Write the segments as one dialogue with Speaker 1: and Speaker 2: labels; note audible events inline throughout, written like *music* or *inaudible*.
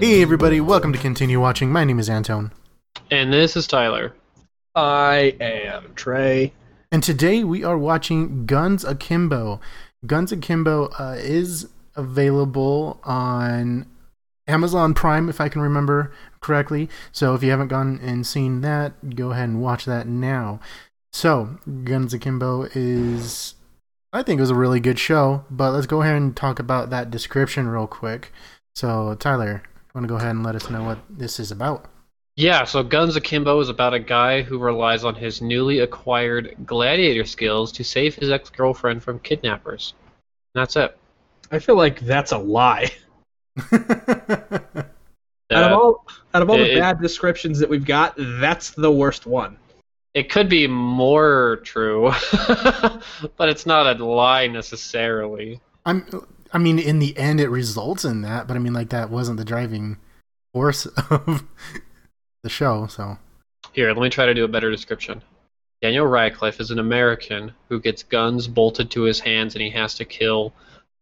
Speaker 1: Hey everybody, welcome to Continue Watching. My name is Antone.
Speaker 2: And this is Tyler.
Speaker 3: I am Trey.
Speaker 1: And today we are watching Guns Akimbo. Guns Akimbo uh, is available on Amazon Prime, if I can remember correctly. So if you haven't gone and seen that, go ahead and watch that now. So Guns Akimbo is, I think, it was a really good show. But let's go ahead and talk about that description real quick. So Tyler, want to go ahead and let us know what this is about? *laughs*
Speaker 2: Yeah, so Guns Akimbo is about a guy who relies on his newly acquired gladiator skills to save his ex girlfriend from kidnappers. And that's it.
Speaker 3: I feel like that's a lie. *laughs* out
Speaker 2: Uh,
Speaker 3: of all out of all
Speaker 2: it-
Speaker 3: the
Speaker 2: it-
Speaker 3: bad descriptions that we've got, that's the worst one.
Speaker 2: it could be more true, *laughs* but it's not a lie necessarily.
Speaker 1: I'm. I mean, in the end, it results in that. But I mean, like that wasn't the driving force *laughs* of the show. So
Speaker 2: Here, let me try to do a better description. Daniel Radcliffe is an American who gets guns bolted to his hands and he has to kill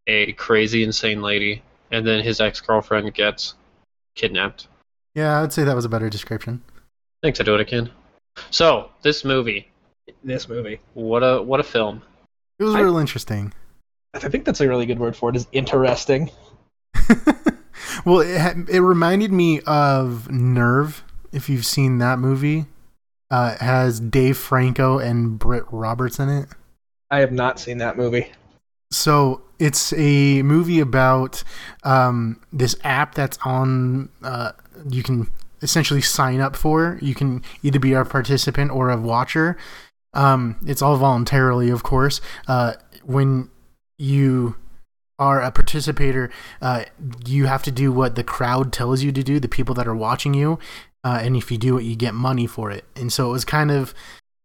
Speaker 2: a crazy, insane lady. And then his ex girlfriend gets kidnapped.
Speaker 1: yeah, I'd say that was a better description.
Speaker 2: Thanks, I do it again. So, this movie.
Speaker 3: This movie.
Speaker 2: What a what a film.
Speaker 1: It was
Speaker 3: I-
Speaker 1: real interesting. *laughs*
Speaker 3: I think that's a really good word for it. Is interesting.
Speaker 1: well, it had, it reminded me of Nerve. If you've seen that movie, uh, it has Dave Franco and Britt Roberts in it.
Speaker 3: I have not seen that movie.
Speaker 1: So it's a movie about um, this app that's on. Uh, you can essentially sign up for. You can either be a participant or a watcher. Um, it's all voluntarily, of course. Uh, when you are a participator, uh, you have to do what the crowd tells you to do. The people that are watching you, uh, and if you do it, you get money for it. And so it was kind of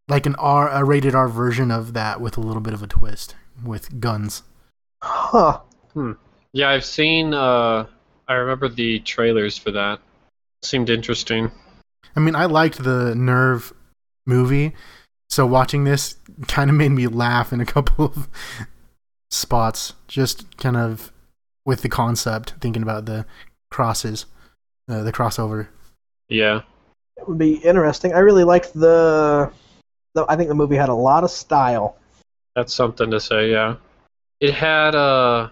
Speaker 1: like an R, a rated R version of that with a little bit of a twist with guns.
Speaker 3: Huh.
Speaker 2: Yeah, I've seen uh I remember the trailers for that. Seemed interesting.
Speaker 1: I mean, I liked the Nerve movie, so watching this kind of made me laugh in a *laughs* couple of spots, just kind of with the concept, thinking about the crosses, uh, the crossover.
Speaker 2: Yeah.
Speaker 3: It would be interesting. I really liked the, the I think the movie had a lot of style.
Speaker 2: That's something to say, yeah. It had uh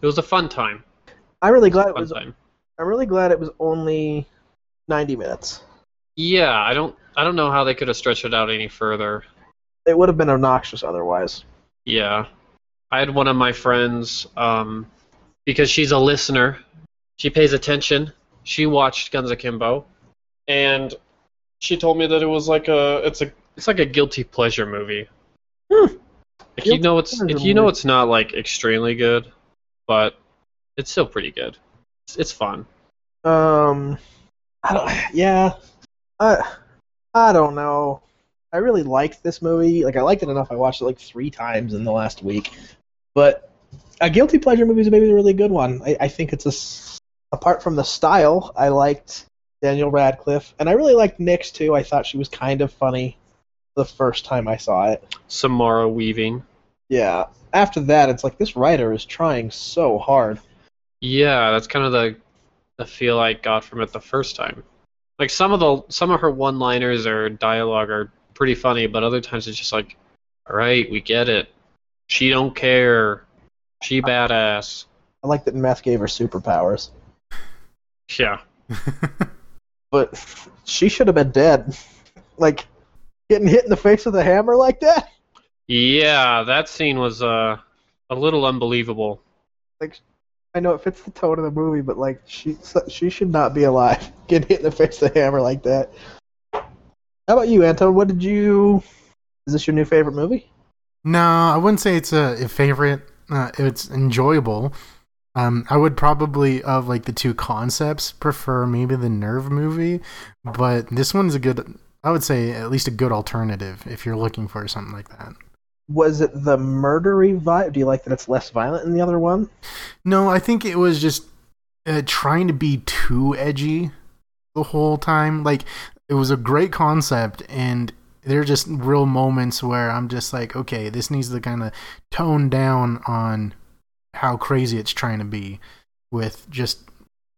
Speaker 2: it was a fun time.
Speaker 3: I'm really glad it
Speaker 2: Fun
Speaker 3: was
Speaker 2: time.
Speaker 3: I'm really glad it was only 90 minutes.
Speaker 2: Yeah, I don't I don't know how they could have stretched it out any further.
Speaker 3: It would have been obnoxious otherwise.
Speaker 2: Yeah. I had one of my friends, um, because she's a listener, she pays attention. She watched Guns Akimbo, and she told me that it was like a it's a it's like a guilty pleasure movie.
Speaker 3: Hmm.
Speaker 2: If you
Speaker 3: Guilty
Speaker 2: know it's
Speaker 3: pleasure
Speaker 2: if you know
Speaker 3: movie.
Speaker 2: it's not like extremely good, but it's still pretty good. It's, it's fun.
Speaker 3: Um, I don't. Yeah, I, I don't know. I really liked this movie. Like, I liked it enough. I watched it like three times in the last week. But a guilty pleasure movie is maybe a really good one. I, I think it's a. s- Apart from the style, I liked Daniel Radcliffe, and I really liked Nyx too. I thought she was kind of funny the first time I saw it.
Speaker 2: Samara Weaving.
Speaker 3: Yeah. After that, it's like this writer is trying so hard.
Speaker 2: Yeah, that's kind of the the feel I got from it the first time. Like some of the some of her one-liners or dialogue are pretty funny, but other times it's just like, all right, we get it. She don't care. She badass.
Speaker 3: I like that Meth gave her superpowers,
Speaker 2: Yeah.
Speaker 3: but she should have been dead. *laughs* Like getting hit in the face with a hammer like that.
Speaker 2: Yeah, that scene was uh a little unbelievable.
Speaker 3: I know it fits the tone of the movie, but like she she should not be alive. *laughs* Getting hit in the face with a hammer like that. How about you, Anton? What did you? Is this your new favorite movie?
Speaker 1: No, I wouldn't say it's a, a favorite. Uh, it's enjoyable. Um, I would probably of like the two concepts prefer maybe the Nerve movie, but this one's a good. I would say at least a good alternative if you're looking for something like that.
Speaker 3: Was it the murdery vibe? Do you like that it's less violent than the other one?
Speaker 1: No, I think it was just uh, trying to be too edgy the whole time. Like it was a great concept, and there are just real moments where I'm just like, okay, this needs to kind of tone down on how crazy it's trying to be with just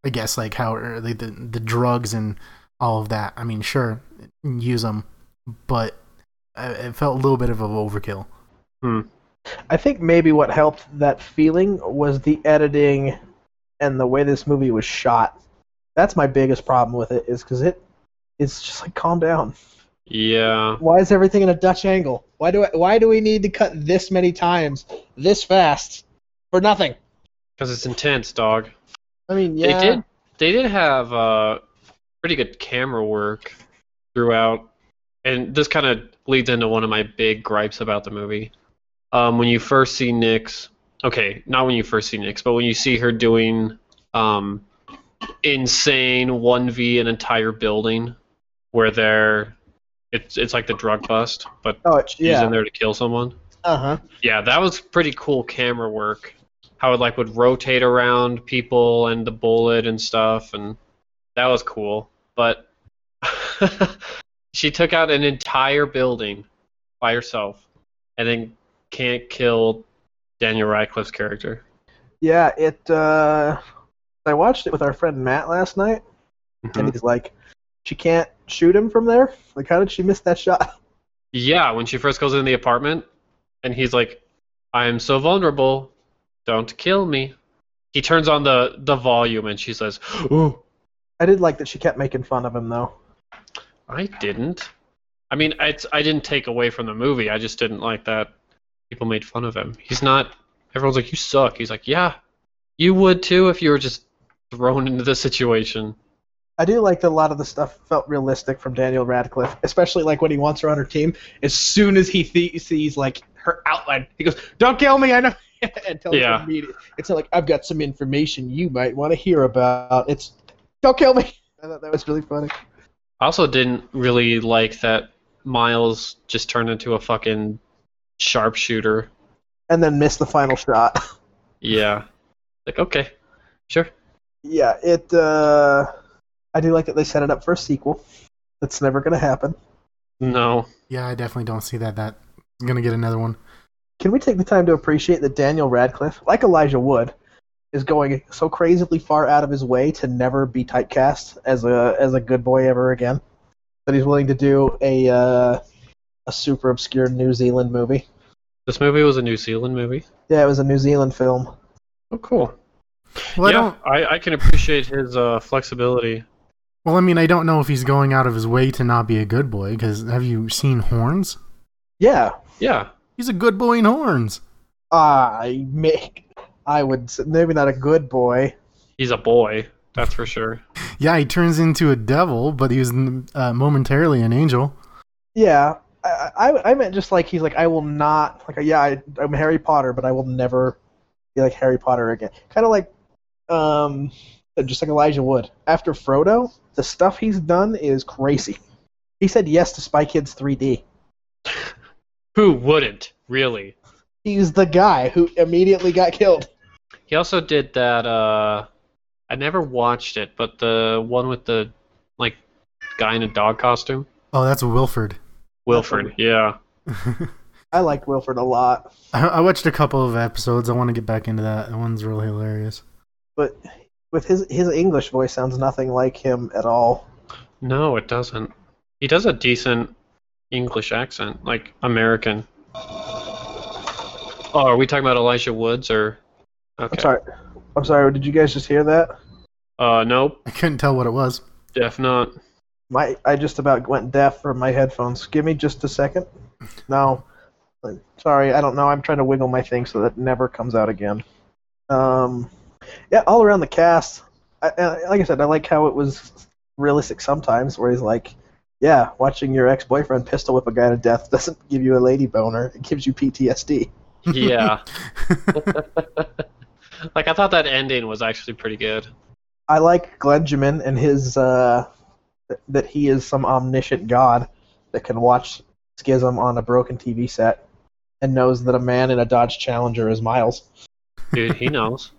Speaker 1: I guess like how or the, the the drugs and all of that. I mean, sure, use them, but uh, it felt a little bit of an overkill.
Speaker 3: I think maybe what helped that feeling was the editing and the way this movie was shot. That's my biggest problem with it is because it it's just like calm down.
Speaker 2: Yeah.
Speaker 3: Why is everything in a Dutch angle? Why do I, why do we need to cut this many times this fast for nothing?
Speaker 2: Because it's intense, dog.
Speaker 3: I mean, yeah,
Speaker 2: They did. They did have uh, pretty good camera work throughout, and this kind of leads into one of my big gripes about the movie. Um, when you first see Nyx, okay, not when you first see Nyx, but when you see her doing um, insane one v an entire building, where they're, it's it's like the drug bust, but
Speaker 3: Oh, it's-
Speaker 2: she's in
Speaker 3: yeah.
Speaker 2: there to kill someone.
Speaker 3: Uh huh.
Speaker 2: Yeah, that was pretty cool camera work. How it like would rotate around people and the bullet and stuff, and that was cool. But *laughs* she took out an entire building by herself, and then can't kill Daniel Radcliffe's character.
Speaker 3: Yeah, it. Uh, I watched it with our friend Matt last night,
Speaker 2: Hmm.
Speaker 3: and he's like, "She can't shoot him from there. Like, how did she miss that shot?"
Speaker 2: Yeah, when she first goes in the apartment, and he's like, "I am so vulnerable, don't kill me." He turns on the the volume, and she says, "Ooh."
Speaker 3: I did like that she kept making fun of him though.
Speaker 2: I didn't. I mean, it's I didn't take away from the movie. I just didn't like that people made fun of him. He's not. Everyone's like, "You suck." He's like, "Yeah, you would too if you were just thrown into this situation."
Speaker 3: I do like that a lot of the stuff felt realistic from Daniel Radcliffe, especially like when he wants her on her team. As soon as he th- sees like her outline, he goes, "Don't kill me, I know." *laughs* and tells
Speaker 2: Yeah.
Speaker 3: her immediately. It's not like I've got some information you might want to hear about. It's, "Don't kill me." *laughs* I thought that was really funny.
Speaker 2: I also didn't really like that Miles just turned into a fucking sharpshooter.
Speaker 3: And then miss the final shot. *laughs*
Speaker 2: Yeah. Like, okay, sure.
Speaker 3: yeah, it. Uh, I do like that they set it up for a sequel. That's never gonna happen.
Speaker 2: No.
Speaker 1: Yeah, I definitely don't see that. That I'm gonna get another one.
Speaker 3: Can we take the time to appreciate that Daniel Radcliffe, like Elijah Wood, is going so crazily far out of his way to never be typecast as a as a good boy ever again that he's willing to do a uh, a super obscure New Zealand movie.
Speaker 2: This movie was a New Zealand movie.
Speaker 3: Yeah, it was a New Zealand film.
Speaker 2: Oh, cool.
Speaker 1: Well, I
Speaker 2: yeah,
Speaker 1: don't.
Speaker 2: I, I can appreciate his uh, flexibility.
Speaker 1: Well, I mean, I don't know if he's going out of his way to not be a good boy. Because have you seen Horns?
Speaker 3: Yeah,
Speaker 2: Yeah.
Speaker 1: He's a good boy in Horns.
Speaker 3: I make I would s- maybe not a good boy.
Speaker 2: he's a boy that's for sure
Speaker 1: Yeah, he turns into a devil, but he was uh, momentarily an angel.
Speaker 3: Yeah, I, I I meant just like he's like I will not like yeah I, I'm Harry Potter, but I will never be like Harry Potter again. Kind of like um just like Elijah Wood after Frodo, the stuff he's done is crazy. He said yes to Spy Kids 3D.
Speaker 2: who wouldn't really
Speaker 3: He's the guy who immediately got killed.
Speaker 2: he also did that uh i never watched it but the one with the like guy in a dog costume
Speaker 1: Oh, that's Wilford. *laughs*
Speaker 2: wilfred yeah
Speaker 3: I liked Wilford a lot,
Speaker 1: I, I watched a couple of episodes. I want to get back into that. That one's really hilarious.
Speaker 3: but with his his English voice sounds nothing like him at all.
Speaker 2: no it doesn't he does a decent english accent like american oh are we talking about elijah woods or okay
Speaker 3: I'm sorry. I'm sorry. Did you guys just hear that?
Speaker 2: uh nope
Speaker 1: I couldn't tell what it was. *laughs*
Speaker 2: def not
Speaker 3: My I just about went deaf from my headphones. Give me just a second. No. Sorry, I don't know. I'm trying to wiggle my thing so that it never comes out again. Um, yeah, all around the cast. I, I, like I said, I like how it was realistic sometimes, where he's like, "Yeah, watching your ex-boyfriend pistol whip a guy to death *laughs* doesn't give you a lady boner. It gives you PTSD."
Speaker 2: yeah
Speaker 3: *laughs*
Speaker 2: *laughs* like i thought that ending was actually pretty good
Speaker 3: I like Glenjamin and his uh, th- that he is some omniscient god that can watch Schism on a broken TV set and knows that a man in a Dodge Challenger is Miles.
Speaker 2: dude he knows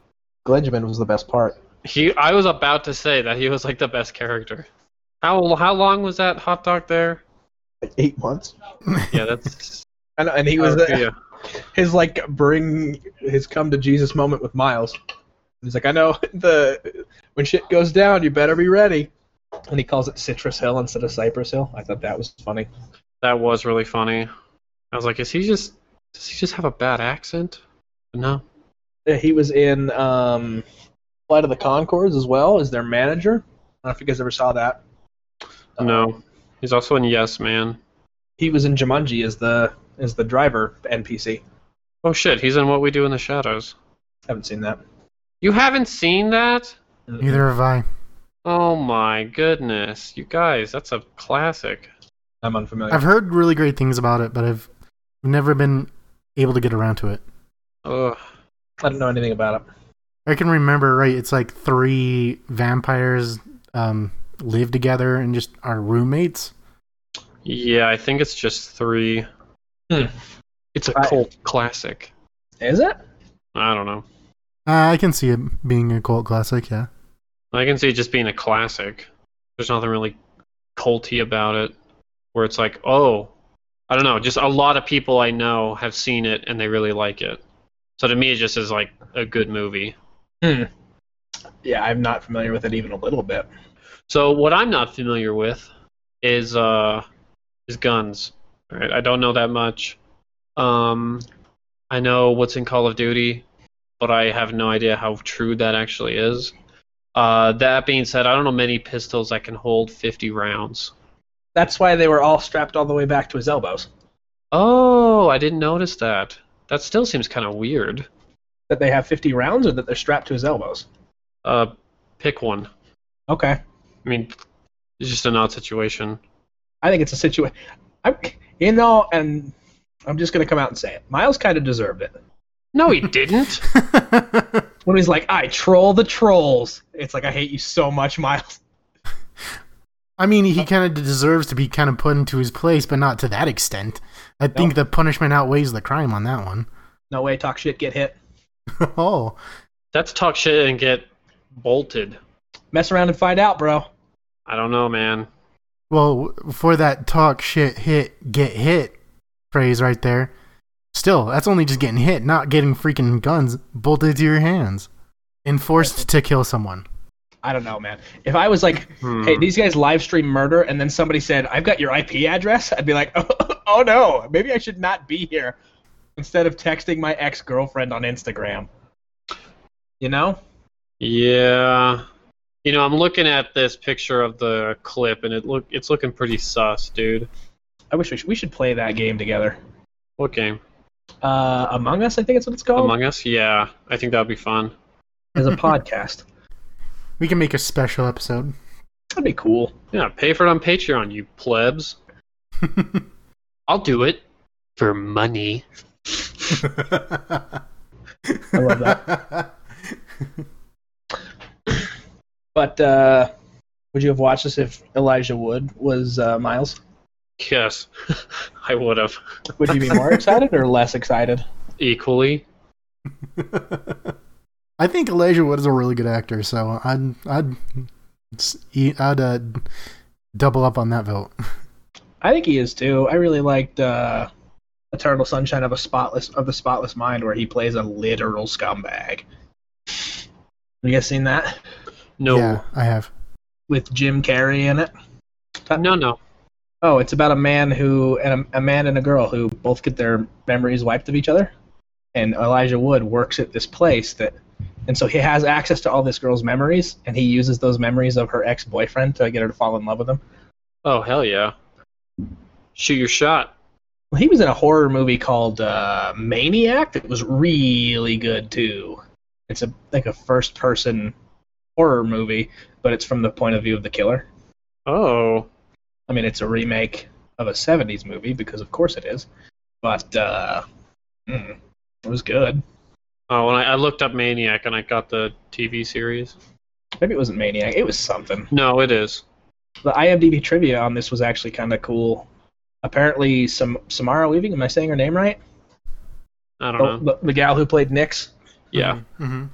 Speaker 3: Glenjamin was the best part.
Speaker 2: He, I was about to say that he was like the best character. How how long was that hot dog there?
Speaker 3: Like eight months.
Speaker 2: Yeah, that's.
Speaker 3: And, and *laughs* he
Speaker 2: Oh,
Speaker 3: *laughs*
Speaker 2: yeah.
Speaker 3: his like bring his come to Jesus moment with Miles. He's like, I know *laughs* the when shit goes down, you better be ready. And he calls it Citrus Hill instead of Cypress Hill. I thought that was funny.
Speaker 2: That was really funny. I was like, is he just does he just have a bad accent? No.
Speaker 3: Yeah, Uh, He was in um, Flight of the Concords as well as their manager. I don't know if you guys ever saw that. Uh,
Speaker 2: No. He's also in Yes Man.
Speaker 3: He was in Jumanji as the as the driver NPC.
Speaker 2: Oh shit, he's in What We Do in the Shadows.
Speaker 3: Haven't seen that.
Speaker 2: You haven't seen that?
Speaker 1: Neither have I.
Speaker 2: Oh my goodness. You guys, that's a classic.
Speaker 3: I'm unfamiliar.
Speaker 1: I've heard really great things about it, but I've never been able to get around to it.
Speaker 2: Ugh.
Speaker 3: I don't know anything about it.
Speaker 1: I can remember right. It's like three vampires um, live together and just are roommates.
Speaker 2: Yeah, I think it's just three.
Speaker 3: Hmm.
Speaker 2: It's a
Speaker 3: I-
Speaker 2: cult classic.
Speaker 3: Is it?
Speaker 2: I don't know.
Speaker 1: Uh, I can see it being a cult classic. Yeah, *laughs*
Speaker 2: I can see it just being a classic. There's nothing really culty about it. Where it's like, oh, I don't know. Just a lot of people I know have seen it and they really like it. So to me, it just is like a good movie.
Speaker 3: Yeah, I'm not familiar with it even a little bit.
Speaker 2: So what I'm not familiar with is uh is guns. All right, I don't know that much. Um, I know what's in Call of Duty, but I have no idea how true that actually is. Uh, that being said, I don't know many pistols that can hold 50 rounds.
Speaker 3: That's why they were all strapped all the way back to his elbows.
Speaker 2: Oh, I didn't notice that. That still seems kind of weird.
Speaker 3: That they have 50 rounds or that they're strapped to his elbows.
Speaker 2: Uh, pick one.
Speaker 3: Okay.
Speaker 2: I mean, it's just an odd situation.
Speaker 3: I think it's a situation. You know, and I'm just going to come out and say it. Miles kind of deserved it.
Speaker 2: No, he didn't.
Speaker 3: When he's like, I troll the trolls. It's like, I hate you so much, Miles. *laughs*
Speaker 1: I mean he kind of deserves to be kind of put into his place, but not to that extent. I think the punishment outweighs the crime on that one. *laughs*
Speaker 3: No way, talk shit, get hit.
Speaker 1: oh,
Speaker 2: That's talk shit and get bolted.
Speaker 3: Mess around and find out, bro.
Speaker 2: I don't know, man.
Speaker 1: well, for that talk shit hit get hit phrase right there. Still, that's only just getting hit, not getting freaking guns bolted to your hands and forced to kill someone.
Speaker 3: I don't know, man. If I was like,
Speaker 2: Hmm.
Speaker 3: hey, these guys live stream murder, and then somebody said, I've got your IP address, I'd be like, *laughs* oh, oh no, maybe I should not be here instead of texting my ex girlfriend on Instagram. You know?
Speaker 2: Yeah. You know, I'm looking at this picture of the clip and it look it's looking pretty sus, dude.
Speaker 3: I wish we should, we should play that game together.
Speaker 2: What game?
Speaker 3: Uh, Among Us, I think it's what it's called.
Speaker 2: Among Us? Yeah. I think that'd be fun.
Speaker 3: As a podcast.
Speaker 1: We can make a special episode. *laughs*
Speaker 3: That'd be cool.
Speaker 2: Yeah, pay for it on Patreon, you plebs. I'll do it. For money.
Speaker 1: I
Speaker 3: love
Speaker 1: *laughs* that.
Speaker 3: But uh, would you have watched this if Elijah Wood was uh, Miles?
Speaker 2: Yes. *laughs* I would have.
Speaker 3: Would you be more excited or less excited?
Speaker 2: Equally.
Speaker 1: *laughs* I think Elijah Wood is a really good actor, so I'd I'd s- e- I'd uh, double up on that vote.
Speaker 3: I think he is too. I really liked uh, Eternal Sunshine of a Spotless of the Spotless Mind, where he plays a literal scumbag. You guys seen that
Speaker 2: No.
Speaker 1: Yeah, I have.
Speaker 3: with Jim Carrey in it?
Speaker 2: Uh, No, no.
Speaker 3: Oh, it's about a man who and a, a man and a girl who both get their memories wiped of each other. And Elijah Wood works at this place that, and so he has access to all this girl's memories, and he uses those memories of her ex-boyfriend to get her to fall in love with him.
Speaker 2: Oh hell yeah. Shoot your shot.
Speaker 3: Well, he was in a horror movie called uh, Maniac that was really good too. It's a like a first-person horror movie, but it's from the point of view of the killer.
Speaker 2: Oh.
Speaker 3: I mean, it's a remake of a '70s movie because, of course, it is. But uh, mm, it was good.
Speaker 2: Oh, and I, I looked up Maniac and I got the TV series.
Speaker 3: Maybe it wasn't Maniac. It was something.
Speaker 2: No, it is.
Speaker 3: The IMDb trivia on this was actually kind of cool. Apparently, some Samara Weaving. Am I saying her name right?
Speaker 2: I don't
Speaker 3: The,
Speaker 2: know.
Speaker 3: the, the gal who played Nyx.
Speaker 2: Yeah.
Speaker 1: hmm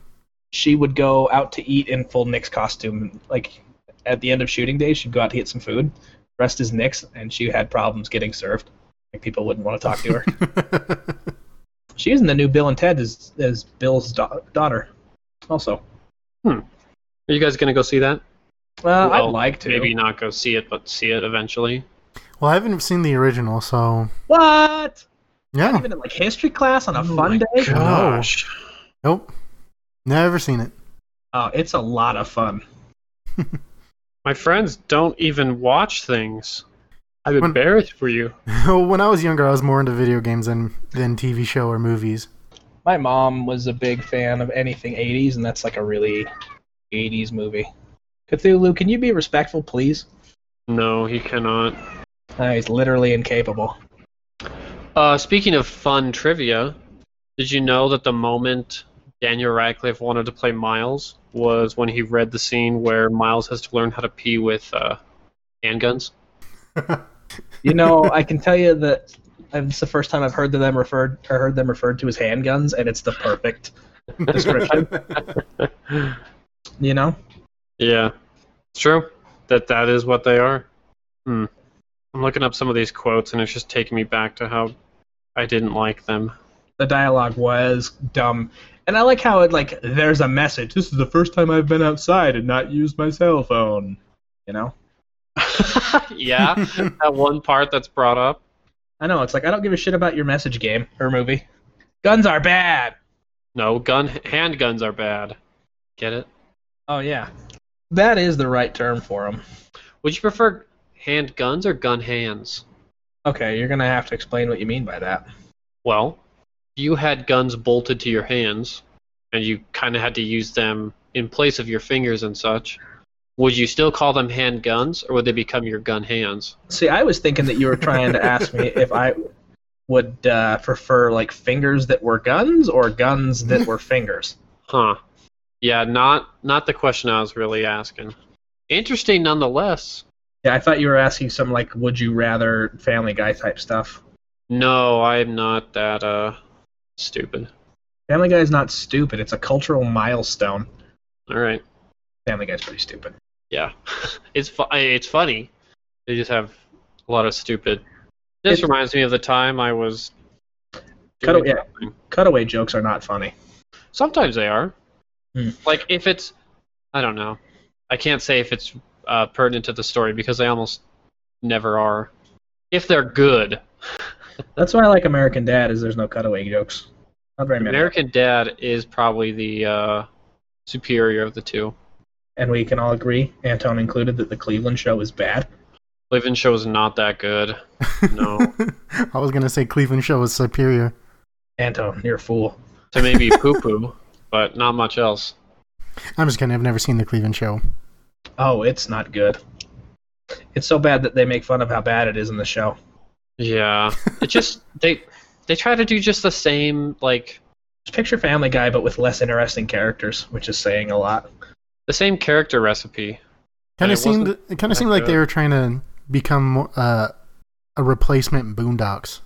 Speaker 3: she would go out to eat in full Nick's costume. Like at the end of shooting day, she'd go out to get some food, dressed as Nick's, and she had problems getting served. Like people wouldn't want to talk to her. she was in the new Bill and Ted as as Bill's da- daughter, also.
Speaker 2: Are you guys gonna go see that?
Speaker 3: Uh, I'd
Speaker 2: Well,
Speaker 3: like to.
Speaker 2: Maybe not go see it, but see it eventually.
Speaker 1: *laughs* Well, I haven't seen the original, so
Speaker 3: What?
Speaker 1: yeah.
Speaker 3: Even in like history class on a
Speaker 2: Oh
Speaker 3: fun
Speaker 2: my
Speaker 3: day?
Speaker 1: God.
Speaker 2: Gosh.
Speaker 1: Nope. Never seen it. *laughs*
Speaker 3: Oh, it's a lot of fun.
Speaker 2: My friends don't even watch things. I'm
Speaker 1: When-
Speaker 2: embarrassed for you.
Speaker 1: when I was younger, I was more into video games than than TV show or movies.
Speaker 3: My mom was a big fan of anything 80s, and that's like a really 80s movie. Cthulhu, can you be respectful, please?
Speaker 2: No, he cannot.
Speaker 3: Uh, he's literally incapable.
Speaker 2: Uh, speaking of fun trivia, did you know that the moment Daniel Radcliffe wanted to play Miles was when he read the scene where Miles has to learn how to pee with uh, handguns?
Speaker 3: You know, I can tell you that uh, it's the first time I've heard them referred or heard them referred to as handguns, and it's the perfect
Speaker 1: *laughs*
Speaker 3: description. you know,
Speaker 2: Yeah, it's true. That that is what they are. Hmm. I'm looking up some of these quotes, and it's just taking me back to how I didn't like them. *laughs*
Speaker 3: the dialogue was dumb, and I like how it like there's a message. This is the first time I've been outside and not used my cell phone. You know,
Speaker 2: yeah, that one part that's brought up.
Speaker 3: I know it's like I don't give a shit about your message game or movie. Guns are bad.
Speaker 2: No, gun handguns are bad. Get it?
Speaker 3: Oh yeah, that is the right term for them.
Speaker 2: Would you prefer handguns or gun hands?
Speaker 3: Okay, you're gonna have to explain what you mean by that.
Speaker 2: Well, you had guns bolted to your hands, and you kind of had to use them in place of your fingers and such. Would you still call them handguns, or would they become your gun hands?
Speaker 3: See, I was thinking that you were trying to ask me if I would uh, prefer like fingers that were guns or guns that were fingers.
Speaker 2: Huh. Yeah, not not the question I was really asking. Interesting nonetheless.
Speaker 3: Yeah, I thought you were asking some like would you rather Family Guy type stuff.
Speaker 2: No, I'm not that uh stupid.
Speaker 3: Family Guy is not stupid. It's a cultural milestone.
Speaker 2: All right.
Speaker 3: Family Guy's pretty stupid.
Speaker 2: Yeah. *laughs* it's fu- I- it's funny. They just have a lot of stupid. This
Speaker 3: It's-
Speaker 2: reminds me of the time I was.
Speaker 3: Cut
Speaker 2: doing
Speaker 3: away, yeah.
Speaker 2: something.
Speaker 3: Cutaway jokes are not funny.
Speaker 2: Sometimes they are.
Speaker 3: Hmm.
Speaker 2: Like if it's, I don't know. I can't say if it's uh, pertinent to the story because they almost never are. If they're good,
Speaker 3: That's why I like American Dad is there's no cutaway jokes. Not very many.
Speaker 2: American Dad is probably the uh, superior of the two.
Speaker 3: and we can all agree, Anton included, that the Cleveland show is bad.
Speaker 2: Living Show is not that good.
Speaker 3: *laughs*
Speaker 2: No,
Speaker 1: *laughs* I was gonna say Cleveland Show was superior.
Speaker 3: Anton, you're a fool.
Speaker 2: to maybe poo poo, but not much else.
Speaker 1: I'm just kidding. I've never seen the Cleveland Show.
Speaker 3: Oh, it's not good. It's so bad that they make fun of how bad it is in the show.
Speaker 2: Yeah, it just *laughs* they they try to do just the same like
Speaker 3: Just picture Family Guy, but with less interesting characters, which is saying a lot.
Speaker 2: the same character recipe.
Speaker 1: Kind
Speaker 2: it
Speaker 1: of seemed.
Speaker 2: wasn't
Speaker 1: It kind
Speaker 2: that
Speaker 1: of seemed like they
Speaker 2: good.
Speaker 1: were trying to become uh, a replacement Boondocks.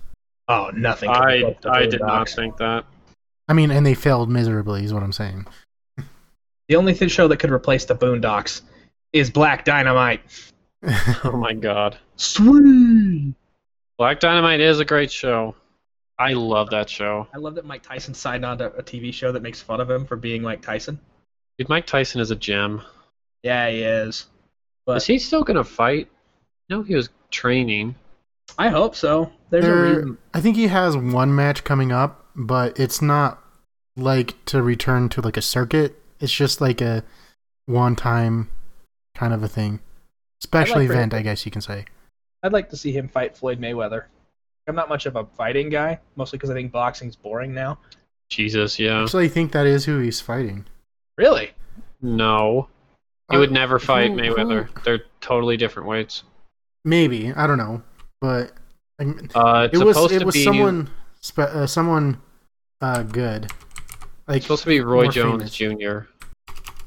Speaker 3: Oh, nothing. can be
Speaker 2: I
Speaker 3: close to
Speaker 2: I did not
Speaker 3: Boondocks.
Speaker 2: think that.
Speaker 1: I mean, and they failed miserably, is what I'm
Speaker 3: *laughs*
Speaker 1: saying.
Speaker 3: The only th- show that could replace the Boondocks is Black Dynamite.
Speaker 2: Oh my god.
Speaker 3: Sweet.
Speaker 2: Black Dynamite is a great show. I love that show.
Speaker 3: I love that Mike Tyson signed on to a TV show that makes fun of him for being Mike Tyson.
Speaker 2: Dude, Mike Tyson is a gem.
Speaker 3: Yeah, he is. But
Speaker 2: Is he still gonna fight? No, he was training.
Speaker 3: I hope so. There's a
Speaker 1: There-
Speaker 3: reason.
Speaker 1: I think he has one match coming up, but it's not like to return to like a circuit. It's just like a one time kind of a thing. Special
Speaker 3: for
Speaker 1: event,
Speaker 3: him-
Speaker 1: I guess you can say.
Speaker 3: I'd like to see him fight Floyd Mayweather. I'm not much of a fighting guy, mostly because I think boxing's boring now.
Speaker 2: Jesus, yeah.
Speaker 1: Actually, I think that is who he's fighting.
Speaker 3: Really?
Speaker 2: No. He
Speaker 1: Uh,
Speaker 2: would never fight
Speaker 1: who-
Speaker 2: Mayweather.
Speaker 1: who-
Speaker 2: They're totally different weights.
Speaker 1: Maybe I don't know, but I mean,
Speaker 2: Uh, it's
Speaker 1: it was
Speaker 2: supposed
Speaker 1: it
Speaker 2: to
Speaker 1: was
Speaker 2: be
Speaker 1: someone spe- uh, someone uh, good. Like
Speaker 2: it's supposed to be Roy
Speaker 1: more
Speaker 2: Jones Jr.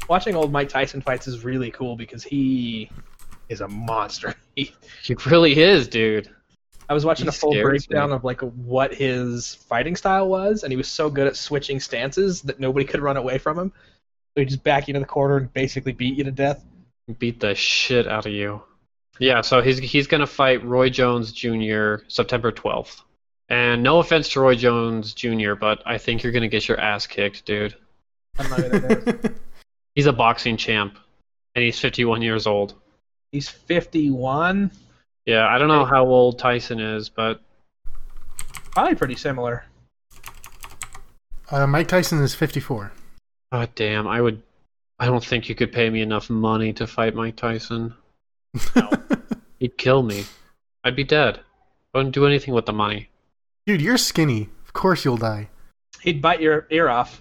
Speaker 3: Watching old Mike Tyson fights is really cool because he is a monster. *laughs* He,
Speaker 2: He really is, dude.
Speaker 3: I was watching
Speaker 2: He
Speaker 3: a full
Speaker 2: scares
Speaker 3: breakdown
Speaker 2: me.
Speaker 3: of like what his fighting style was, and he was so good at switching stances that nobody could run away from him. So he just back you to the corner and basically beat you to death.
Speaker 2: beat the shit out of you. Yeah, so he's he's gonna fight Roy Jones Jr. September twelfth. And no offense to Roy Jones Jr., but I think you're gonna get your ass kicked, dude.
Speaker 3: I don't know *laughs* who that is.
Speaker 1: famous.
Speaker 2: He's a boxing champ, and he's 51 years old.
Speaker 3: He's 51.
Speaker 2: Yeah, I don't know how old Tyson is, but
Speaker 3: Probably pretty similar.
Speaker 1: *laughs* Uh, Mike Tyson is 54.
Speaker 2: god ah, damn, I would. I don't think you could pay me enough money to fight Mike Tyson.
Speaker 1: *laughs*
Speaker 2: He'd kill me. I'd be dead. I wouldn't do anything with the money.
Speaker 1: Dude, you're skinny. Of course you'll die.
Speaker 3: He'd bite your ear off.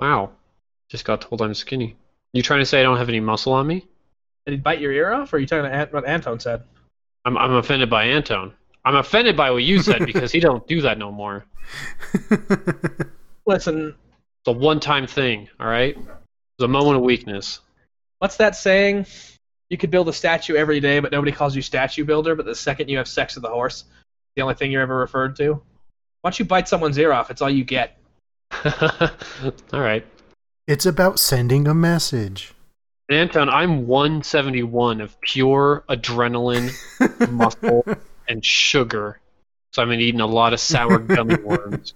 Speaker 2: Wow. Just got told I'm skinny. You trying to say I don't have any muscle on me?
Speaker 3: Did he bite your ear off? Or are you talking about what Anton said?
Speaker 2: I'm I'm offended by Antone. I'm offended by what you said because he don't do that no more.
Speaker 3: Listen,
Speaker 2: It's a one-time thing, all right? It's a moment of weakness. *laughs*
Speaker 3: what's that saying? You could build a statue every day, but nobody calls you statue builder. But the second you have sex with a horse, the only thing you're ever referred to. Once you bite someone's ear off, it's all you get.
Speaker 2: all right.
Speaker 1: it's about sending a message.
Speaker 2: Anton, I'm 171 of pure
Speaker 1: *laughs*
Speaker 2: adrenaline, muscle, and sugar. So I've been eating a lot of
Speaker 1: *laughs*
Speaker 2: sour gummy worms.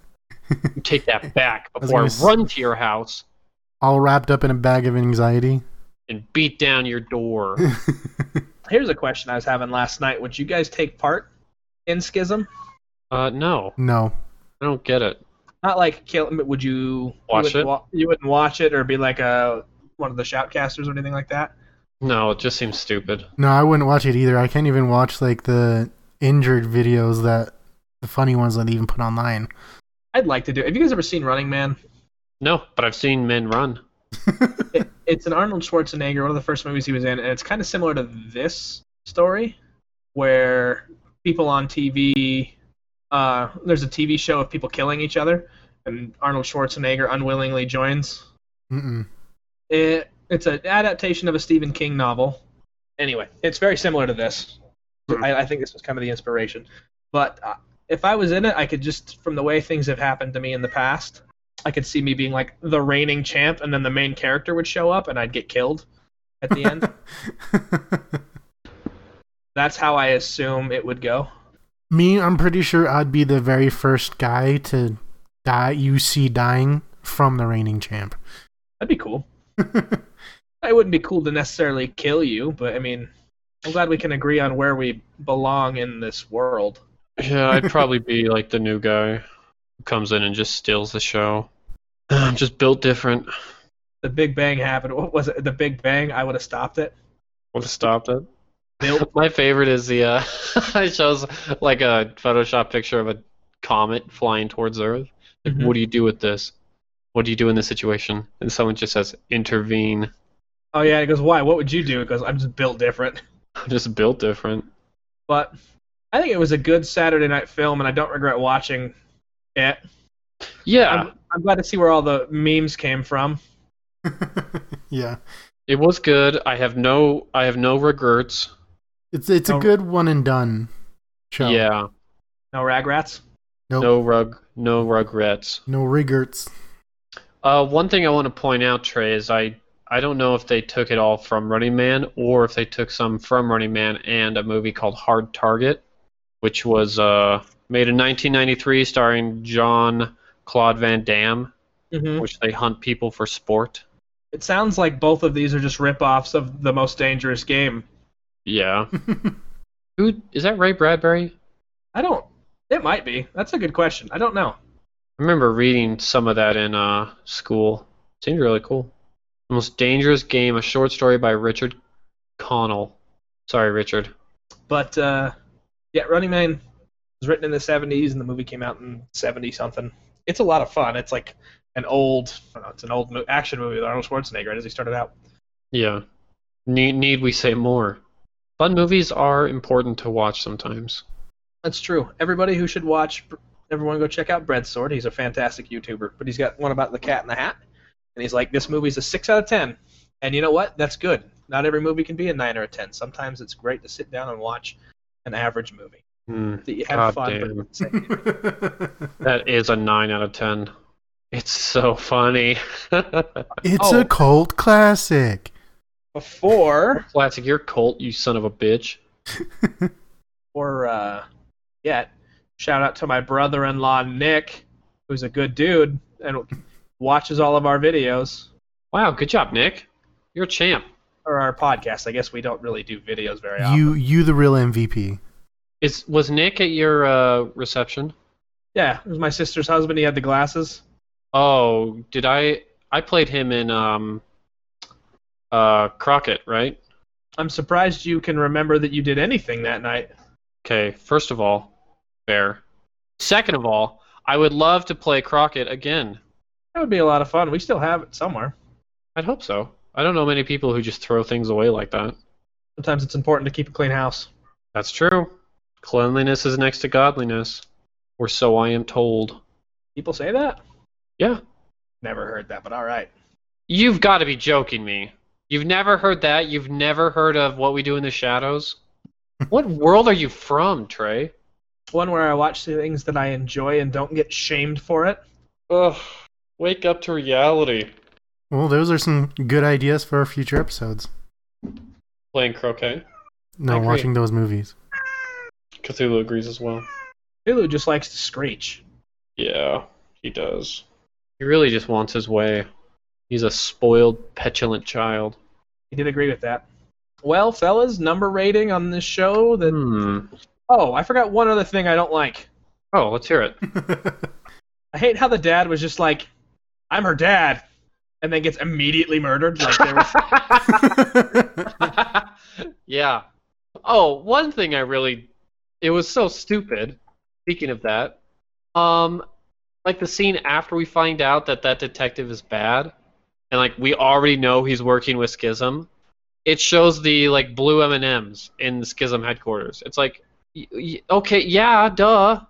Speaker 2: You take that back
Speaker 1: was
Speaker 2: before I,
Speaker 1: gonna s-
Speaker 2: run to your house
Speaker 1: All wrapped up in a bag of anxiety.
Speaker 2: and beat down
Speaker 1: *laughs*
Speaker 2: your door.
Speaker 3: Here's a question I was having last night. Would you guys take part in schism?
Speaker 2: Uh, no,
Speaker 1: no.
Speaker 2: I don't get it.
Speaker 3: Not like kill. but Would you
Speaker 2: Watch
Speaker 3: you wouldn't
Speaker 2: it?
Speaker 3: wa- you wouldn't watch it or be like a one of the shoutcasters or anything like that.
Speaker 2: No, it just seems stupid.
Speaker 1: No, I wouldn't watch it either. I can't even watch like the injured videos that the funny ones that they even put online.
Speaker 3: I'd like to do. it. Have you guys ever seen Running Man?
Speaker 2: No, but I've seen men run.
Speaker 3: It, it's an Arnold Schwarzenegger, one of the first movies he was in, and it's kind of similar to this story, where people on TV, uh, there's a TV show of people killing each other, and Arnold Schwarzenegger unwillingly joins.
Speaker 1: Mm-mm.
Speaker 3: It, it's an adaptation of a Stephen King novel. Anyway, it's very similar to this. I, I think this was kind of the inspiration. But uh, if I was in it, I could just, from the way things have happened to me in the past, I could see me being like the reigning champ, and then the main character would show up, and I'd get killed at the end. That's how I assume it would go.
Speaker 1: Me, I'm pretty sure I'd be the very first guy to die you see dying from the reigning champ.
Speaker 3: That'd be cool. It wouldn't be cool to necessarily kill you, but I mean, I'm glad we can agree on where we belong in this world.
Speaker 2: Yeah, I'd probably be like the new guy who comes in and just steals the show. *sighs* I'm just built different.
Speaker 3: the Big Bang happened. What was it? The Big Bang. I would have stopped it.
Speaker 2: Would have stopped *laughs* it.
Speaker 3: Nope.
Speaker 2: My favorite is the uh, *laughs* it shows like a Photoshop picture of a comet flying towards Earth. Like,
Speaker 3: Mhm.
Speaker 2: what do you do with this? What do you do in this situation? And someone just says, intervene. *laughs*
Speaker 3: Oh yeah. He goes, why? What would you do? He goes, I'm just built different. *laughs*
Speaker 2: I'm just built different.
Speaker 3: But I think it was a good Saturday night film, and I don't regret watching it.
Speaker 2: Yeah,
Speaker 3: I'm, I'm glad to see where all the memes came from.
Speaker 1: yeah.
Speaker 2: it was good. I have no, I have no regrets.
Speaker 1: It's it's a
Speaker 3: No.
Speaker 1: good one and done show.
Speaker 2: Yeah,
Speaker 3: No ragrats.
Speaker 1: Nope.
Speaker 2: no rug, no regrets.
Speaker 1: No
Speaker 3: *laughs*
Speaker 1: regrets.
Speaker 2: Uh, one thing I want to point out, Trey, is I I don't know if they took it all from Running Man or if they took some from Running Man and a movie called Hard Target, which was uh, made in 1993, starring John Claude Van Damme,
Speaker 3: hmm
Speaker 2: which they hunt people for sport.
Speaker 3: It sounds like both of these are just ripoffs of the most dangerous game.
Speaker 2: Yeah. Who is that? Ray Bradbury.
Speaker 3: I don't. It might be. That's a good question. I don't know.
Speaker 2: I remember reading some of that in uh, school. Seemed really cool. The Most Dangerous Game, a short story by Richard Connell. Sorry, Richard.
Speaker 3: But uh, yeah, Running Man was written in the 70s, and the movie came out in 70 something. It's a lot of fun. It's like an old, I don't know, it's an old mo- action movie with Arnold Schwarzenegger right as he started out.
Speaker 2: Yeah. Need, need we say more? Fun movies are important to watch sometimes.
Speaker 3: That's true. Everybody who should watch, everyone go check out Bread Sword. He's a fantastic YouTuber, but he's got one about the Cat in the Hat, and he's like, this movie's a six out of ten. And you know what? That's good. Not every movie can be a nine or a ten. Sometimes it's great to sit down and watch an average movie that you
Speaker 2: God
Speaker 3: have fun.
Speaker 2: damn.
Speaker 3: But
Speaker 2: That is a 9 out of 10. It's so *laughs* funny.
Speaker 1: it's
Speaker 3: Oh.
Speaker 1: a cult classic.
Speaker 3: before.
Speaker 2: Classic, you're Colt, you son of a bitch.
Speaker 3: or uh, yet. Shout out to my brother-in-law Nick, who's a good dude and watches all of our videos.
Speaker 2: Wow, good job, Nick. You're a champ.
Speaker 3: Or our podcast. I guess we don't really do videos very often.
Speaker 1: You you the real MVP.
Speaker 2: Is was Nick at your uh, reception?
Speaker 3: Yeah, it was my sister's husband. He had the glasses.
Speaker 2: Oh, did I? I played him in um, uh, Crockett, right?
Speaker 3: I'm surprised you can remember that you did anything that night.
Speaker 2: Okay, first of all, fair. Second of all, I would love to play Crockett again.
Speaker 3: That would be a lot of fun. We still have it somewhere.
Speaker 2: I'd hope so. I don't know many people who just throw things away like that.
Speaker 3: Sometimes it's important to keep a clean house.
Speaker 2: That's true. Cleanliness is next to godliness, or so I am told.
Speaker 3: People say that?
Speaker 2: Yeah.
Speaker 3: Never heard that, but all right.
Speaker 2: You've got to be joking me. You've never heard that? You've never heard of What We Do in the Shadows? what world are you from, Trey?
Speaker 3: One where I watch things that I enjoy and don't get shamed for it.
Speaker 2: Ugh. Wake up to reality.
Speaker 1: Well, those are some good ideas for our future episodes.
Speaker 2: Playing croquet. I
Speaker 1: No,
Speaker 2: agree.
Speaker 1: watching those
Speaker 3: *laughs*
Speaker 1: movies.
Speaker 2: Cthulhu agrees as well.
Speaker 3: Hulu just likes to screech.
Speaker 2: Yeah, he does. He really just wants his way. He's a spoiled, petulant child.
Speaker 3: He did agree with that. Well, fellas, number rating on this show that.
Speaker 2: Hmm.
Speaker 3: Oh, I forgot one other thing I don't like.
Speaker 2: Oh, let's hear it. *laughs*
Speaker 3: I hate how the dad was just like, I'm her dad, and then gets immediately murdered. Like they
Speaker 2: *laughs*
Speaker 3: were
Speaker 2: yeah. Oh, one thing I really it was so stupid. Speaking of that, um like the scene after we find out that that detective is bad and like we already know he's working with Schism, it shows the like blue M&Ms in Schism headquarters. It's like y- y- okay, yeah, duh.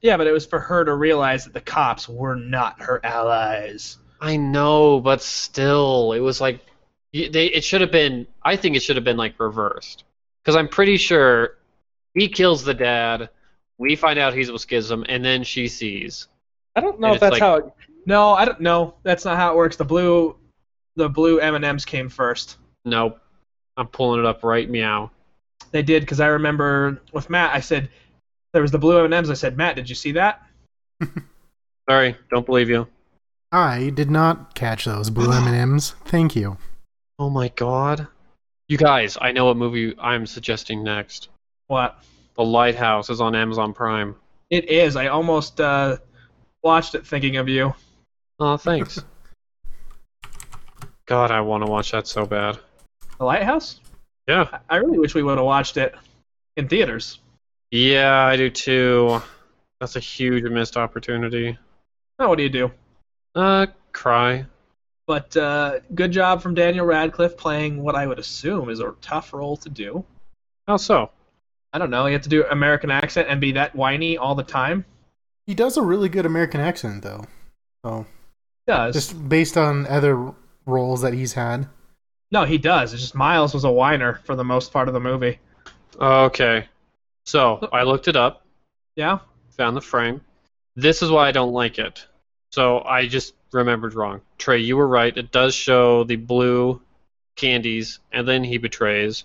Speaker 3: Yeah, but it was for her to realize that the cops were not her allies.
Speaker 2: I know, but still, it was like y- they. It should have been. I think it should have been like reversed, because I'm pretty sure he kills the dad. We find out he's with Schism, and then she sees.
Speaker 3: I don't know
Speaker 2: And
Speaker 3: if that's
Speaker 2: it's
Speaker 3: how. It, no, I don't. No, that's not how it works. The blue, the blue M and M's came first.
Speaker 2: Nope, I'm pulling it up right meow.
Speaker 3: They did because I remember with Matt, I said there was the blue M and M's. I said, Matt, did you see that?
Speaker 2: Sorry, don't believe you.
Speaker 1: I did not catch those
Speaker 3: *laughs*
Speaker 1: blue M&Ms. Thank you.
Speaker 2: Oh my god, you guys! I know what movie I'm suggesting next.
Speaker 3: What?
Speaker 2: The Lighthouse is on Amazon Prime.
Speaker 3: It is. I almost uh, watched it thinking of you.
Speaker 2: Oh, thanks. god, I want to watch that so bad.
Speaker 3: The lighthouse.
Speaker 2: Yeah.
Speaker 3: I- I really wish we would have watched it in theaters.
Speaker 2: Yeah, I do too. That's a huge missed opportunity.
Speaker 3: Oh, what do you do?
Speaker 2: Uh, cry.
Speaker 3: But uh, good job from Daniel Radcliffe playing what I would assume is a tough role to do.
Speaker 2: How so?
Speaker 3: I don't know. You have to do American accent and be that whiny all the time.
Speaker 1: He does a really good American accent, though. So
Speaker 3: Does
Speaker 1: just based on other roles that he's
Speaker 3: *laughs*
Speaker 1: had.
Speaker 3: no, he does. It's just Miles was a whiner for the most part of the movie.
Speaker 2: Okay. So, I looked it up,
Speaker 3: Yeah,
Speaker 2: found the frame. This is why I don't like it. So, I just remembered wrong. Trey, you were right. It does show the blue candies, and then he betrays.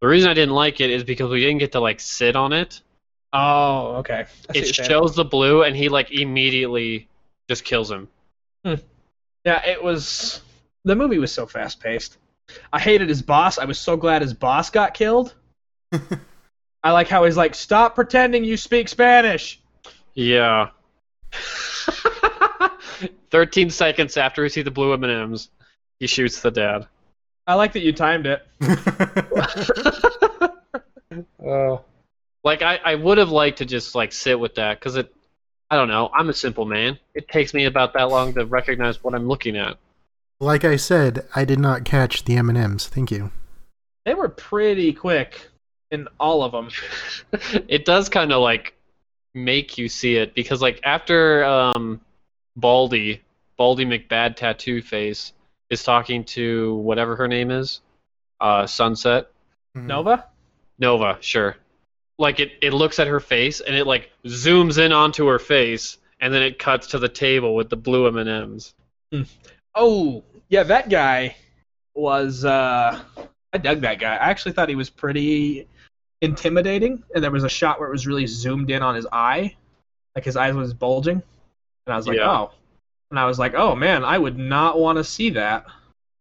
Speaker 2: The reason I didn't like it is because we didn't get to, like, sit on it.
Speaker 3: Oh, okay. I see
Speaker 2: It
Speaker 3: what you're saying.
Speaker 2: shows the blue, and he, like, immediately just kills him.
Speaker 3: Yeah, it was. The movie was so fast paced. I hated his boss. I was so glad his boss got killed. I like how he's like, stop pretending you speak Spanish.
Speaker 2: *laughs* Yeah. 13 seconds after we see the blue M&Ms, he shoots the dad.
Speaker 3: I like that you timed it.
Speaker 2: Oh. Like I, I would have liked to just like sit with that cuz it I don't know, I'm a simple man. It takes me about that long to recognize what I'm looking at. *laughs*
Speaker 1: like I said, I did not catch the M&Ms. Thank you.
Speaker 3: They were pretty quick in all of them.
Speaker 2: it does kind of like make you see it because like after um Baldy, Baldy McBad tattoo face is talking to whatever her name is, uh Sunset.
Speaker 1: Hmm. *laughs*
Speaker 3: *laughs* Nova?
Speaker 2: Nova, sure. Like it, it looks at her face and it like zooms in onto her face and then it cuts to the table with the blue M and M's.
Speaker 3: Oh, yeah, that guy was. uh I dug that guy. I actually thought he was pretty intimidating, and there was a shot where it was really zoomed in on his eye, like his eyes was bulging, and I was like,
Speaker 2: Yeah.
Speaker 3: oh, and I was like, oh man, I would not want to see that.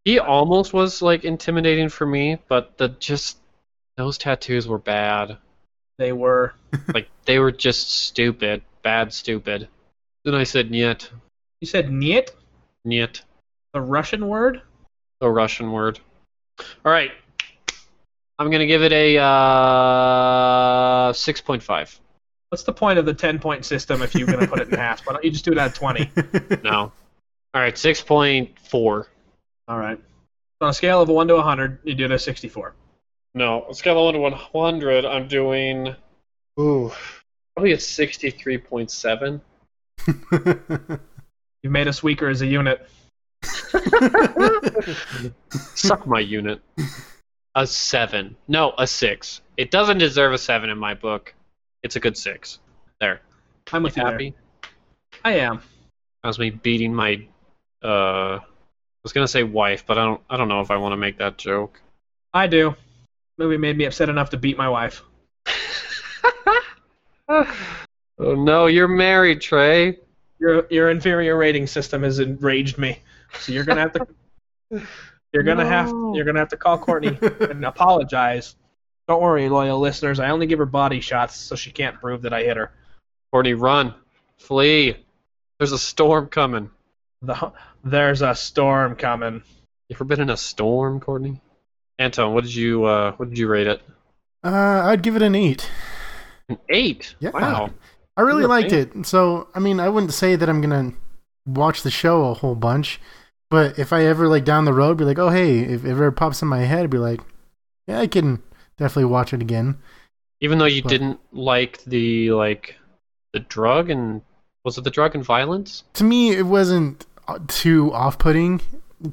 Speaker 2: He almost was like intimidating for me, but the just those tattoos were bad.
Speaker 4: They were.
Speaker 2: Like they were just stupid, bad stupid. Then I said "niet,"
Speaker 3: You said "niet,"
Speaker 2: "niet,"
Speaker 3: the Russian word.
Speaker 2: a Russian word. All right, I'm gonna give it a uh, six point five.
Speaker 3: What's the point of the ten point system if you're gonna put it in half? Why don't you just do it out of
Speaker 1: *laughs*
Speaker 3: twenty?
Speaker 2: No. All right, six point four.
Speaker 3: All right. On a scale of one to hundred, you do it a sixty-four.
Speaker 2: No, on a scale of one to 100, I'm doing. Ooh. Probably a 63.7.
Speaker 3: You've made us weaker as a unit.
Speaker 2: Suck my unit. A 7. No, a 6. It doesn't deserve a 7 in my book. It's a good 6. There.
Speaker 3: I'm with you. there.
Speaker 2: Happy.
Speaker 3: I am.
Speaker 2: That was me beating my. Uh, I was gonna say wife, but I don't. I don't know if I want to make that joke.
Speaker 3: I do. Movie made me upset enough to beat my wife.
Speaker 2: Oh no, you're married, Trey.
Speaker 3: Your your inferior rating system has enraged me. So you're gonna have *laughs* to. You're gonna have
Speaker 2: No.
Speaker 3: you're gonna have to call Courtney and apologize. Don't worry, loyal listeners. I only give her body shots so she can't prove that I hit her.
Speaker 2: Courtney, run, flee. There's a storm coming.
Speaker 3: The, there's a storm coming.
Speaker 2: You ever been in a storm, Courtney? Anton, what did you uh, what did you rate it?
Speaker 1: uh, I'd give it an eight.
Speaker 2: An eight.
Speaker 1: Yeah.
Speaker 2: Wow.
Speaker 1: I really
Speaker 2: You're
Speaker 1: liked
Speaker 2: right.
Speaker 1: it. So, I mean, I wouldn't say that I'm gonna watch the show a whole bunch, but if I ever like down the road, be like, oh hey, if it ever pops in my head, be like, yeah, I can definitely watch it again.
Speaker 2: Even though you
Speaker 1: But-
Speaker 2: didn't like the like the drug and was it the drug and violence?
Speaker 1: To me, it wasn't uh, too off-putting.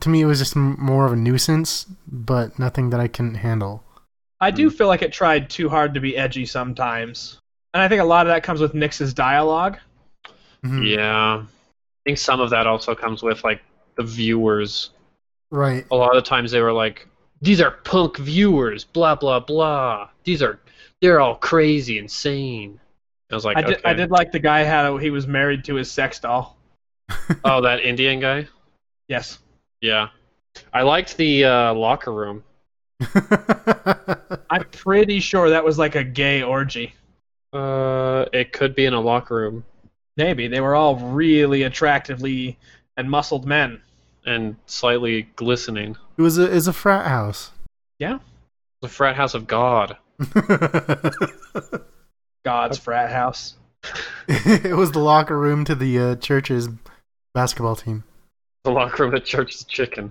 Speaker 1: To me, it was just m- more of a nuisance, but nothing that I couldn't handle.
Speaker 3: I do feel like it tried too hard to be edgy sometimes, and I think a lot of that comes with Nix's dialogue.
Speaker 1: Mhm.
Speaker 2: Yeah. I think some of that also comes with like the viewers.
Speaker 1: Right. *laughs*
Speaker 2: A lot of times they were like, These are punk viewers, blah blah blah. These are they're all crazy, insane. I was like,
Speaker 3: I did I
Speaker 2: okay.
Speaker 3: did like the guy how he was married to his sex doll.
Speaker 2: *laughs* Oh, that Indian guy?
Speaker 3: Yes.
Speaker 2: Yeah. I liked the uh, locker room.
Speaker 3: I'm pretty sure that was like a gay orgy.
Speaker 2: Uh, it could be in a locker room,
Speaker 3: Maybe they were all really attractively and muscled men.
Speaker 2: and slightly glistening.
Speaker 1: it was a is a frat house. *laughs*
Speaker 2: The frat house of God.
Speaker 1: it
Speaker 3: God's frat house.
Speaker 1: *laughs* was the locker room to the uh, church's basketball team.
Speaker 2: The locker room at Church's Chicken.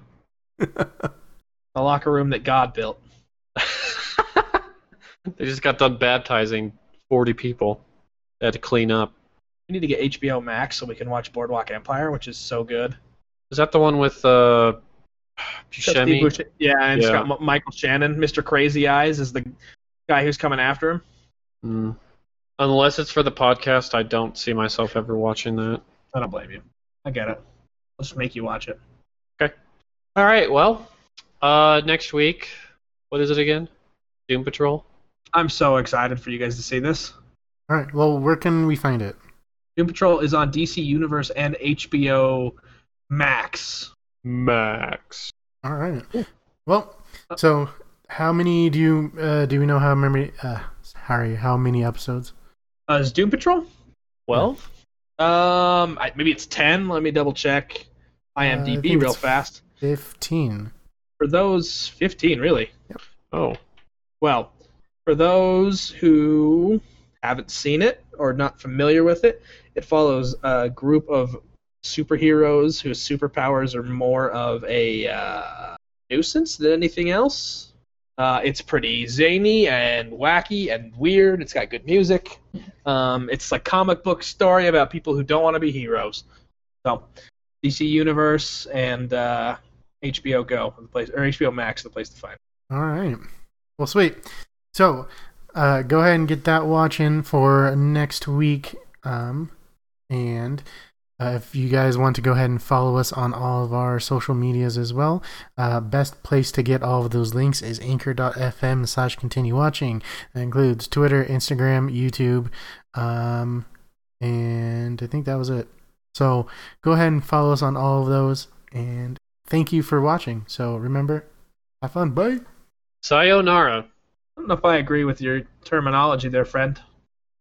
Speaker 3: The locker room that God built.
Speaker 2: *laughs* they just got done baptizing 40 people. They had to clean up.
Speaker 3: We need to get HBO Max so we can watch Boardwalk Empire, which is so good.
Speaker 2: Is that the one with uh,
Speaker 3: Got Steve
Speaker 2: Buscemi?
Speaker 3: Busce- yeah, and it's
Speaker 2: Yeah.
Speaker 3: got M- Michael Shannon. Mr. Crazy Eyes is the guy who's coming after him.
Speaker 2: Mm. Unless it's for the podcast, I don't see myself ever watching that.
Speaker 3: I don't blame you. I get it. Let's just make you watch it.
Speaker 2: All right, well, uh, next week, what is it again? Doom Patrol?
Speaker 3: I'm so excited for you guys to see this.
Speaker 1: All right. Well, where can we find it?
Speaker 3: Doom Patrol is on DC Universe and HBO Max.
Speaker 2: Max.
Speaker 1: All right. Well, so how many do you uh, do we know how many? Uh, sorry, how many episodes?
Speaker 3: Uh, is Doom Patrol?
Speaker 2: 12?
Speaker 3: Um, I, maybe it's ten. Let me double check
Speaker 1: Uh, I
Speaker 3: IMDb
Speaker 1: think
Speaker 3: real
Speaker 1: it's-
Speaker 3: fast.
Speaker 1: Fifteen.
Speaker 3: For those fifteen, really.
Speaker 2: Oh.
Speaker 3: Well, for those who haven't seen it or not familiar with it, it follows a group of superheroes whose superpowers are more of a uh, nuisance than anything else. Uh, it's pretty zany and wacky and weird. It's got good music. Um, it's a comic book story about people who don't want to be heroes. So, DC Universe and uh, HBO Go, are the place, or HBO Max, are the place to find. it.
Speaker 1: All right. Well, sweet. So, uh, go ahead and get that watch in for next week. Um, and uh, if you guys want to go ahead and follow us on all of our social medias as well, uh, best place to get all of those links is anchor.fm slash continue watching. That includes Twitter, Instagram, YouTube, um, and I think that was it. So, go ahead and follow us on all of those. And thank you for watching. So remember, have fun. Bye.
Speaker 5: Sayonara.
Speaker 3: I don't know if I agree with your terminology there, friend.